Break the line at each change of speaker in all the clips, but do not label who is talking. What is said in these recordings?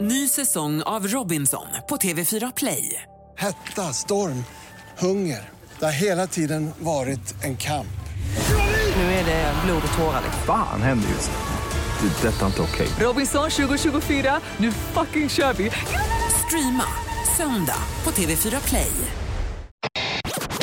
Ny säsong av Robinson på TV4 Play.
Hetta, storm, hunger. Det har hela tiden varit en kamp.
Nu är det blod och tårar. liksom.
Fan händer just nu. Det. är Detta är inte okej.
Robinson 2024, nu fucking kör vi! Streama söndag på TV4 Play.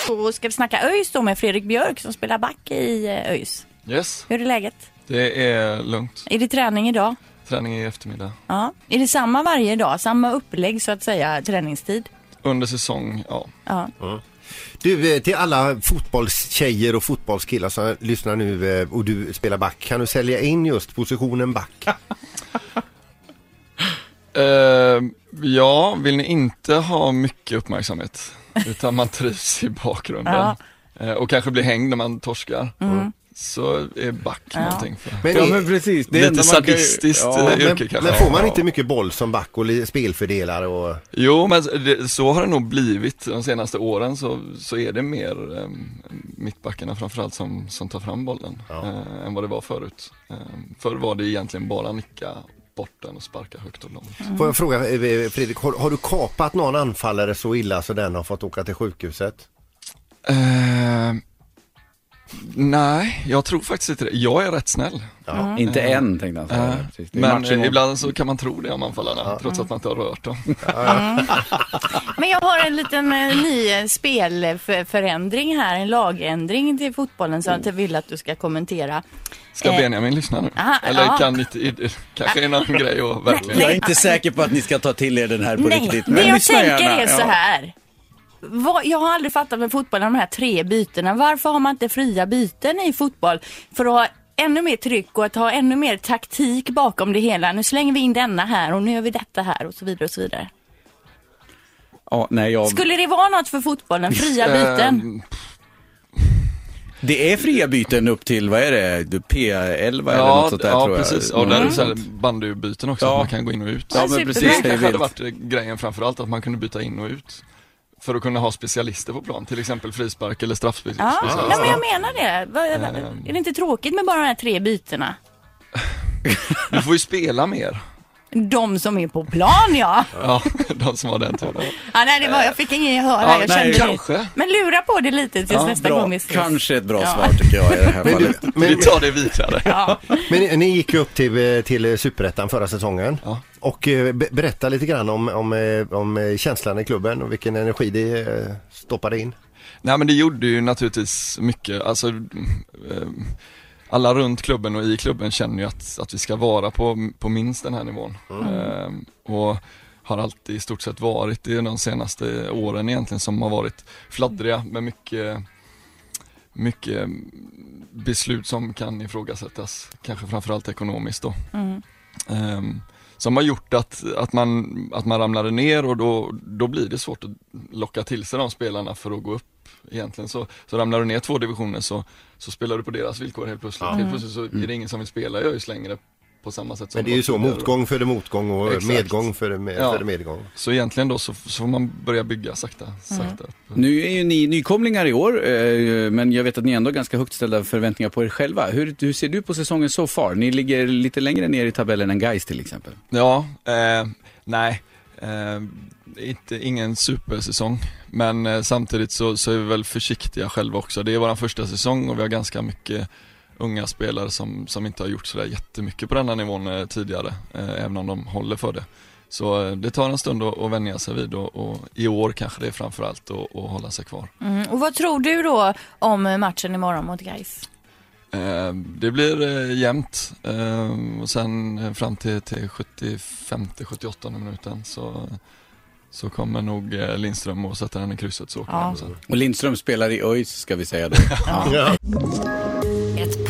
Så ska vi snacka ÖIS då med Fredrik Björk som spelar back i eh, ÖIS.
Yes,
Hur är läget?
det är lugnt.
Är det träning idag?
Träning i eftermiddag.
Ja. Är det samma varje dag? Samma upplägg så att säga, träningstid?
Under säsong, ja.
Ja.
Du, eh, till alla fotbollstjejer och fotbollskillar som lyssnar nu eh, och du spelar back, kan du sälja in just positionen back?
Eh, ja, vill ni inte ha mycket uppmärksamhet utan man trivs i bakgrunden
Ja.
eh, och kanske blir hängd när man torskar så är back någonting för
Men,
Ja
i-
men precis. Det
Lite
enda man kan ju-
sadistiskt
Ja,
eh, yrke
men,
kanske.
men får man inte mycket boll som back och li- spelfördelare och...
Jo, men det, så har det nog blivit de senaste åren så, så är det mer eh, mittbackarna framförallt som, som tar fram bollen eh, än vad det var förut. Eh, förr var det egentligen bara nicka bort den och sparka högt och långt.
Mm.
Får jag fråga eh, Fredrik, har, har du kapat någon anfallare så illa så den har fått åka till sjukhuset?
Eh, nej, jag tror faktiskt inte det. Jag är rätt snäll.
Inte än tänkte han säga.
Eh,
Precis. Det är
men
match imorgon.
ibland så kan man tro det om anfallarna, trots att man inte har rört dem.
Mm.
Men jag har en liten eh, ny eh, spelförändring här, en lagändring till fotbollen som jag vill att du ska kommentera.
Ska
Eh,
Benjamin lyssna nu?
aha,
Eller
ja. Ah.
kan inte, i- i- kanske är någon grej att verkligen...
Jag är inte säker på att ni ska ta till er den här på
Nej,
riktigt.
det jag
lyssna
tänker
gärna.
är så här. Vad, jag har aldrig fattat med fotbollen, de här tre bytena. Varför har man inte fria byten i fotboll? För att ha ännu mer tryck och att ha ännu mer taktik bakom det hela. Nu slänger vi in denna här och nu gör vi detta här och så vidare och så vidare.
Ja. Ja, nej, jag...
Skulle det vara något för fotbollen? Fria byten?
Eh,
Det är fria byten upp till, vad är det, P11 eller
ja,
något sånt där
ja
tror jag.
precis. Och där är det så här
Mm.
bandybyten också,
Ja.
att man kan gå in och ut.
Ja,
Superbra.
men precis, det
Det
är
hade
vilt.
varit eh, grejen framförallt, att man kunde byta in och ut. För att kunna ha specialister på plan, till exempel frispark eller
Ja,
straffspecialister.
nej, men jag menar det. Vad-
Eh.
Är det inte tråkigt med bara de här tre bytena?
Du får ju spela mer.
De som är på plan ja.
Ja, de som har den turen.
ja nej, det var, jag fick ingen gehör här.
Ja,
Jag
nej,
kände
kanske.
Men lura på det lite tills nästa
Bra.
gång vi ses.
Kanske ett bra
Ja.
svar tycker jag i det här
Men, du,
fallet.
Vi
men,
tar det vidare.
Ja.
men ni- ni gick ju upp till, eh, till eh, Superettan förra säsongen
Ja.
och eh, be, berätta lite grann om, om, eh, om eh, känslan i klubben och vilken energi det eh, stoppade in.
Nej men det gjorde ju naturligtvis mycket, alltså eh, alla runt klubben och i klubben känner ju att, att vi ska vara på, på minst den här nivån. Eh, och har alltid i stort sett varit det de senaste åren egentligen som har varit fladdriga med mycket, mycket beslut som kan ifrågasättas. Kanske framförallt ekonomiskt då. Ehm, som har gjort att, att, man, att man ramlade ner och då, då blir det svårt att locka till sig de spelarna för att gå upp egentligen. Så, så ramlar du ner två divisioner så, så spelar du på deras villkor helt plötsligt. Helt plötsligt så är det ingen som vill spela i ÖIS längre på samma sätt som
Mm. Men det är ju
var
så,
tidigare.
motgång föder motgång och
Exakt.
medgång föder med,
Ja.
föder medgång.
Så egentligen då så, så får man börja bygga sakta, sakta. upp.
Nu är ju ni nykomlingar i år, eh, men jag vet att ni ändå har ganska högt ställda förväntningar på er själva. Hur, hur ser du på säsongen so far? Ni ligger lite längre ner i tabellen än Gais till exempel.
Ja, eh, nej. Eh, inte, ingen supersäsong. Men eh, samtidigt så, så är vi väl försiktiga själva också. Det är vår första säsong och vi har ganska mycket unga spelare som, som inte har gjort sådär jättemycket på den här nivån eh, tidigare. Eh, även om de håller för det. Så eh, det tar en stund att, att vänja sig vid och, och i år kanske det är framförallt att, att hålla sig kvar.
Mm, och vad tror du då om matchen imorgon mot Gais?
Eh, det blir eh, jämnt eh, och sen eh, fram till, till 75-78 minuten så, så kommer nog eh, Lindström och sätta den i krysset så åker
Ja.
den sen.
Och Lindström spelar i ÖIS ska vi säga då.
Ett